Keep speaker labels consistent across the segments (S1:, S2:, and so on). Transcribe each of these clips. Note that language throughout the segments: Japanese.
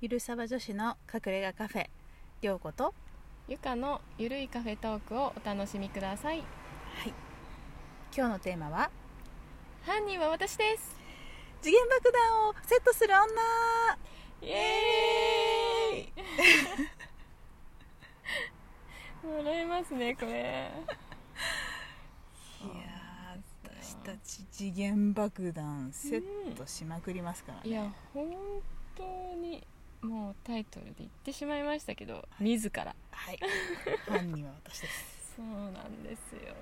S1: ゆるさば女子の隠れ家カフェりょうこと
S2: ゆかのゆるいカフェトークをお楽しみください
S1: 今日のテーマは
S2: 犯人は私です
S1: 次元爆弾をセットする女
S2: イエ ーイもらえますねこれ
S1: いやー私たち次元爆弾セットしまくりますからね、
S2: いや本当にもうタイトルで言ってしまいましたけど自ら
S1: はい犯人は私です
S2: そうなんですよ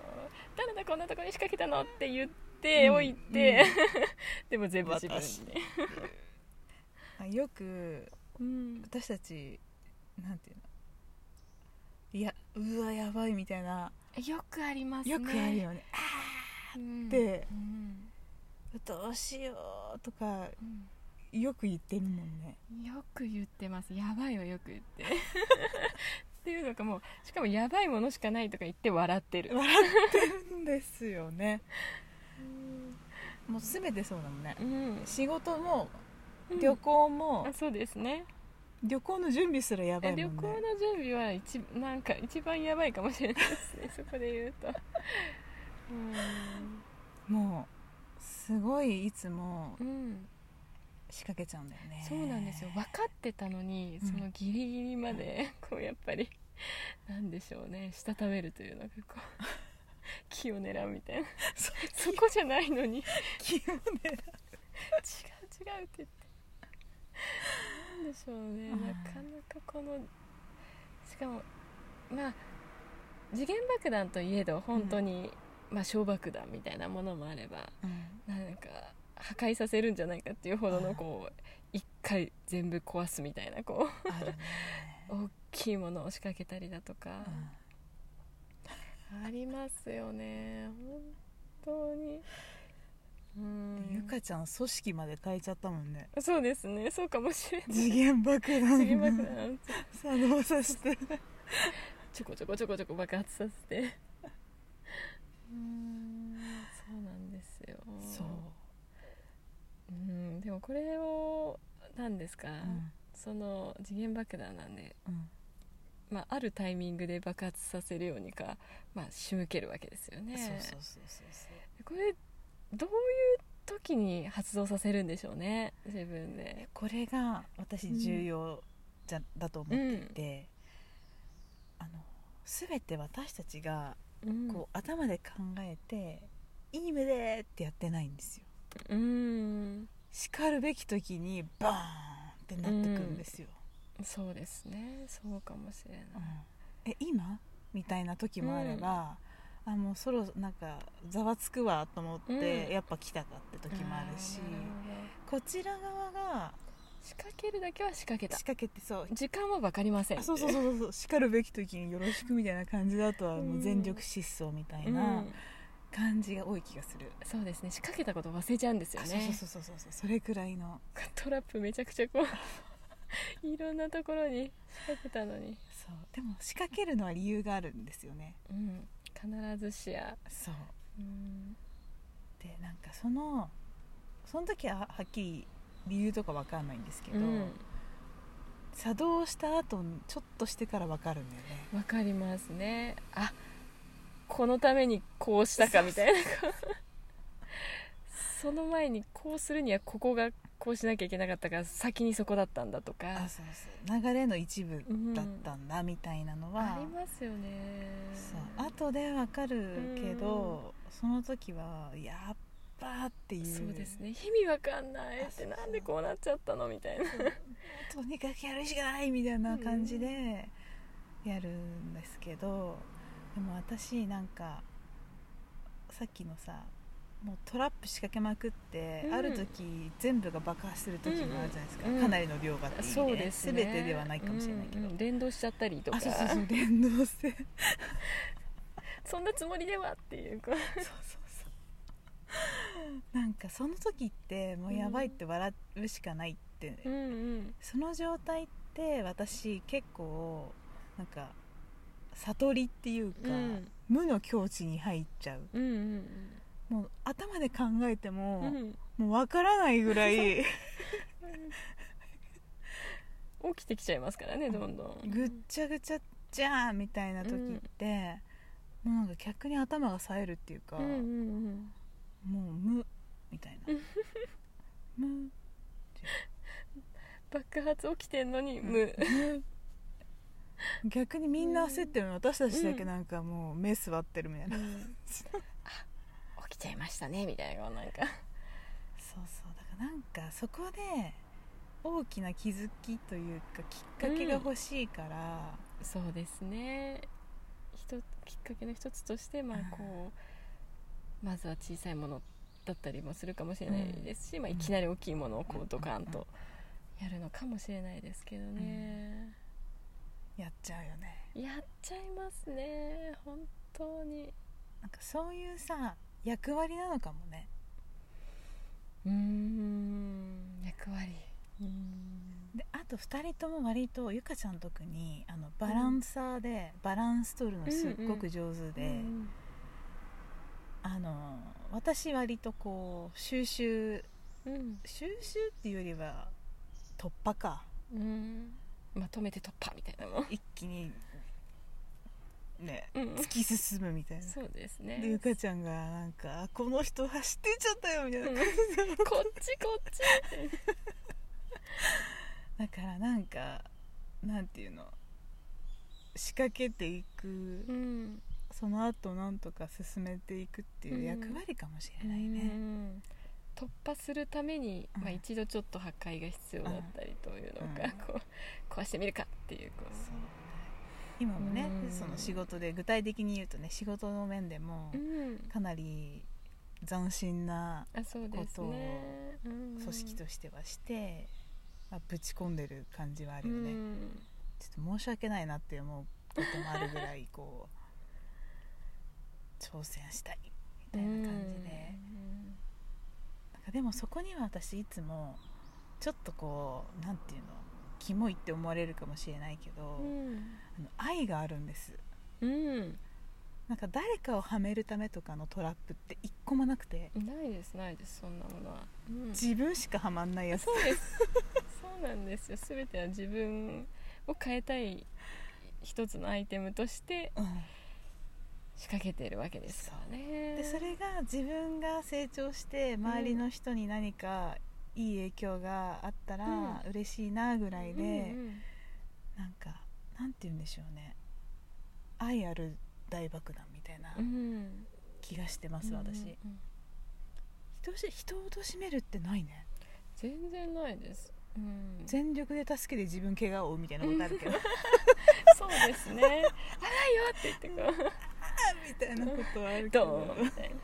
S2: 誰だこんなとこに仕掛けたのって言っておいて、 でも全部自分で、
S1: あよく
S2: うん、
S1: 私たちなんていうのいやうわやばいみたいな
S2: よくありますね
S1: よくあるよね
S2: っ
S1: で
S2: うん
S1: どうしようとか
S2: うん
S1: よく言ってるもんね
S2: よく言ってますやばいわよく言って っていうのかもうしかもやばいものしかないとか言って笑ってる
S1: 笑ってるんですよねもう全てそうだもんね
S2: うん
S1: 仕事も
S2: うん
S1: 旅行も
S2: あ、そうですね
S1: 旅行の準備すらやばい
S2: 旅行
S1: もんね
S2: の準備は一なんか一番やばいかもしれないです ねそこで言うと
S1: もうすごいいつも
S2: うん、うん、
S1: 仕掛けちゃうんだよね
S2: そうなんですよ分かってたのにそのギリギリまでこうやっぱりなんでしょうねしたためるというのがこう 気を狙うみたいな
S1: そ
S2: そこじゃないのに
S1: 気をね
S2: 違う違うって言ってなんでしょうね
S1: う
S2: なんかなかこのしかもまあ時限爆弾といえど本当に、まあ、小爆弾みたいなものもあれば
S1: うん
S2: なんか破壊させるんじゃないかっていうほどのこう一回全部壊すみたいなこ
S1: あるね
S2: う大きいものを仕掛けたりだとか、
S1: うん
S2: ありますよね本当にうん
S1: ゆかちゃん組織まで変えちゃったもんね
S2: そうですねそうかもしれない
S1: 次元爆弾
S2: 次爆弾
S1: 作動させて
S2: ちょこちょこちょこちょこ爆発させて うんそうなんですよ
S1: そう、
S2: うん、でもこれを何ですか、
S1: うん
S2: その次元爆弾なんで、
S1: うん
S2: まあ、あるタイミングで爆発させるようにか、まあ、仕向けるわけですよね
S1: そうそうそうそうそう
S2: これどういう時に発動させるんでしょうね自分で
S1: これが私重要じゃ、だと思っていて、あの全て私たちが
S2: うん
S1: こう、頭で考えて「いい目で!」ってやってないんですよ。
S2: うん
S1: しかるべき時にバーンってなってくるんですよ。
S2: そうですねそうかもしれない、
S1: うんえ今みたいな時もあれば、あもうそろなんかざわつくわと思って、
S2: うん
S1: やっぱ来たかって時もあるし
S2: ーなるほど
S1: こちら側が
S2: 仕掛けるだけは仕掛けた
S1: 仕掛けてそう
S2: 時間は分かりません
S1: あそうそう
S2: う、
S1: そうそうしかるべき時によろしくみたいな感じだとはもう全力疾走みたいなん感じが多い気がする、
S2: そうですね仕掛けたこと忘れちゃうんですよ
S1: あ
S2: ね
S1: そうそうそうそうそうそれくらいの
S2: トラップめちゃくちゃこう いろんなところに仕掛けたのに、
S1: そうでも仕掛けるのは理由があるんですよね
S2: うん、必ずしや、
S1: そう
S2: うん、
S1: でなんかそのその時ははっきり理由とかわかんないんですけど、
S2: うん
S1: 作動した後にちょっとしてからわかるんだよね
S2: 分かりますねあこのためにこうしたかみたいな その前にこうするにはここがこうしなきゃいけなかったから先にそこだったんだとか
S1: あそうそう流れの一部だったんだみたいなのは、
S2: ありますよね
S1: そう後でわかるけど、その時はやっぱっていう
S2: そうですね意味わかんないって
S1: あそうそう
S2: なんでこうなっちゃったのみたいな
S1: とにかくやるしかないみたいな感じでやるんですけど、でも私なんかさっきのさもうトラップ仕掛けまくって、
S2: うん
S1: ある時全部が爆破する時もあるじゃないですか、
S2: うんうん
S1: かなりの量がっていう意味
S2: そうですね
S1: 全てではないかもしれないけど、
S2: うんうん連動しちゃったりとか
S1: あそうそうそう連動性そう
S2: そんなつもりではっていうか
S1: そうそうなんかその時ってもうやばいって笑うしかないって、
S2: うんうん
S1: その状態って私結構なんか悟りっていうか、
S2: うん
S1: 無の境地に入っちゃう
S2: うんうん
S1: もう頭で考えて
S2: うんう
S1: も、
S2: ん
S1: もうわからないぐらい
S2: うん起きてきちゃいますからねどんどん
S1: ぐっちゃぐちゃじゃんみたいな時って、もうなんか逆に頭が冴えるっていうか、
S2: うんうんうん
S1: もう無みたいな 無
S2: 爆発起きてんのに 無
S1: 逆にみんな焦ってるのに私たちだけなんかもう目座ってるみたいな、
S2: あ起きちゃいましたねみたいななんか
S1: そうそうだからなんかそこで大きな気づきというかきっかけが欲しいから、
S2: そうですねひときっかけの一つとしてまあこうまずは小さいものだったりもするかもしれないですし、まあ、いきなり大きいものをこうドカンとやるのかもしれないですけどね、
S1: やっちゃうよね
S2: やっちゃいますね本当に
S1: なんかそういうさ役割なのかもね
S2: うーん役割うーん
S1: であと2人とも割とゆかちゃん特にあのバランサーで、バランス取るのすっごく上手で、
S2: うん
S1: あの私割とこう収集
S2: うん
S1: 収集っていうよりは突破か
S2: うんまとめて突破みたいなもん、
S1: 一気にね
S2: うん、
S1: 突き進むみたいな。
S2: そうです
S1: で
S2: ね
S1: ゆかちゃんがなんかあ「この人走ってっちゃったよ」みたいな、
S2: うんこっちこっち
S1: だからなんかなんていうの仕掛けていく
S2: うん
S1: その後なんとか進めていくっていう役割かもしれないね、
S2: うん突破するために、
S1: うん
S2: まあ、一度ちょっと破壊が必要だったりというのか、
S1: うん
S2: こう壊してみるかっていうこ
S1: そう今もね、
S2: うん
S1: その仕事で具体的に言うとね仕事の面でも
S2: う、うん、
S1: かなり斬新な
S2: あそうですね
S1: 組織としてはして、まあ、ぶち込んでる感じはあ
S2: あ
S1: るよね、ちょっと申し訳ないなって思うこともあるぐらいこう挑戦したいみたいな感じで、なんかでもそこには私いつもちょっとこうなんていうのキモいって思われるかもしれないけど、
S2: うん
S1: あの愛があるんです
S2: うん、
S1: なんか誰かをはめるためとかのトラップって一個もなくて、
S2: うん、ないですないですそんなものは、うん、
S1: 自分しかはまんないやつ
S2: そうですそうなんですよ全ては自分を変えたい一つのアイテムとして
S1: うん
S2: 仕掛けているわけですからね
S1: でそれが自分が成長して周りの人に何かいい影響があったら嬉しいなぐらいで、
S2: うんうん
S1: なんかなんて言うんでしょうね愛ある大爆弾みたいな
S2: うん
S1: 気がしてます、
S2: うんうん
S1: 私
S2: うん
S1: 人をし人を貶めるってないね
S2: 全然ないです、うん、
S1: 全力で助けて自分怪我を負うみたいなことあるけど
S2: そうです ね「あらよ!」って言ってこう
S1: みたいなことはある
S2: 「
S1: け
S2: ド
S1: ど
S2: ーン!」みたいな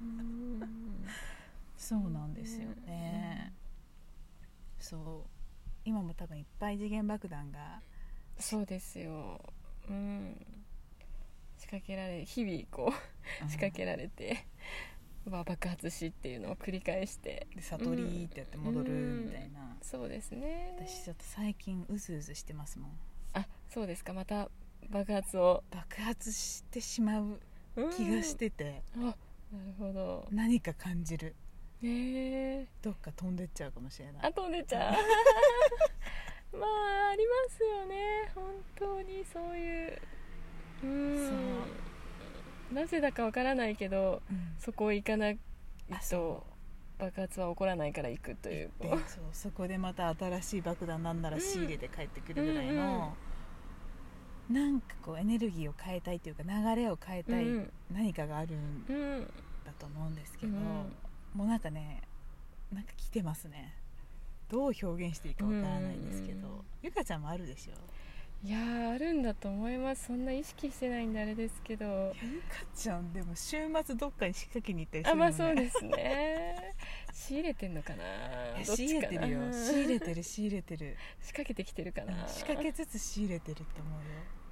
S2: うん
S1: そうなんですよね、そう今も多分いっぱい次元爆弾が
S2: そうですようん仕掛けられ日々こう仕掛けられて、まあ爆発しっていうのを繰り返して
S1: で悟りってやって戻るみたいな、
S2: そうですね
S1: 私ちょっと最近うずうずしてますもん
S2: あそうですかまた爆発を
S1: 爆発してしまう気がしてて、
S2: うんあなるほど
S1: 何か感じる
S2: へえ
S1: どっか飛んでっちゃうかもしれない
S2: あ飛んでっ ちゃうまあありますよね本当にそういううーんなぜだかわからないけど
S1: うん
S2: そこ行かない
S1: あ
S2: と爆発は起こらないから行くという
S1: でそうそこでまた新しい爆弾なんなら仕入れて帰ってくるぐらい
S2: うんうん
S1: の、なんかこうエネルギーを変えたいというか流れを変えたい
S2: うん
S1: 何かがあるん
S2: うん
S1: だと思うんですけど、
S2: うん
S1: もうなんかねなんか来てますねどう表現していいかわからないんですけど、
S2: うん
S1: ゆかちゃんもあるでしょ
S2: いやーあるんだと思いますそんな意識してないんであれですけど
S1: いやゆかちゃんでも週末どっかに仕掛けに行ったりす
S2: あ
S1: る
S2: ま
S1: もん
S2: あそうですね仕入れてんのかない
S1: や
S2: どっ
S1: 仕入
S2: ち
S1: れ
S2: か
S1: て
S2: な
S1: るよ仕入れてる仕入れてる
S2: 仕掛けてきてるか な
S1: 仕掛けつつ仕入れてると思うよ、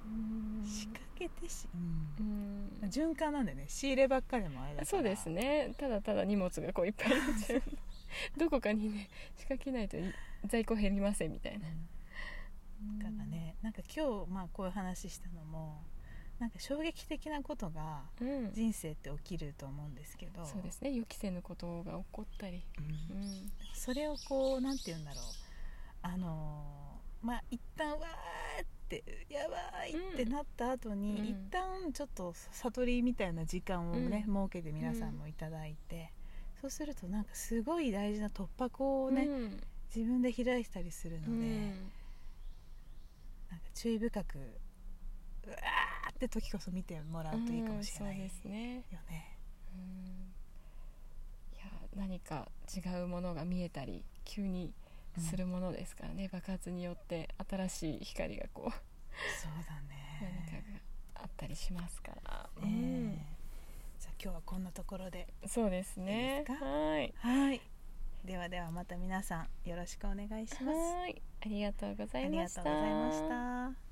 S2: うん
S1: 仕掛けてし、うん
S2: うん
S1: 循環なんでね仕入ればっかでもあれだから
S2: そうですねただただ荷物がこういっぱいになっち ゃうどこかにね仕掛けないとい在庫減りませんみたいな
S1: うんだからねなんか今日、まあ、こういう話したのもなんか衝撃的なことが
S2: うん
S1: 人生って起きると思うんですけど、
S2: そうですね予期せぬことが起こったり
S1: うん
S2: うん
S1: それをこうなんて言うんだろうあのーまあ一旦わーってやばいってなった後に、
S2: うん
S1: 一旦ちょっと悟りみたいな時間をね、
S2: う
S1: 設けて皆さんもいただいて、そうするとなんかすごい大事な突破口をね、
S2: うん
S1: 自分で開いたりするので、
S2: うん
S1: なんか注意深くうわーって時こそ見てもらうといいかもしれない
S2: うん
S1: よ
S2: そうですね
S1: ね。
S2: うんいや何か違うものが見えたり急にするものですからね、爆発によって新しい光がこう
S1: そうだ
S2: 何
S1: ね
S2: かがあったりしますから、
S1: ねえじゃあ今日はこんなところで
S2: うんそうですね
S1: いいですか
S2: はい
S1: はいではではまた皆さんよろしくお願いします
S2: はいありがとうござ
S1: あ
S2: い
S1: り
S2: ま
S1: が
S2: した
S1: とうございました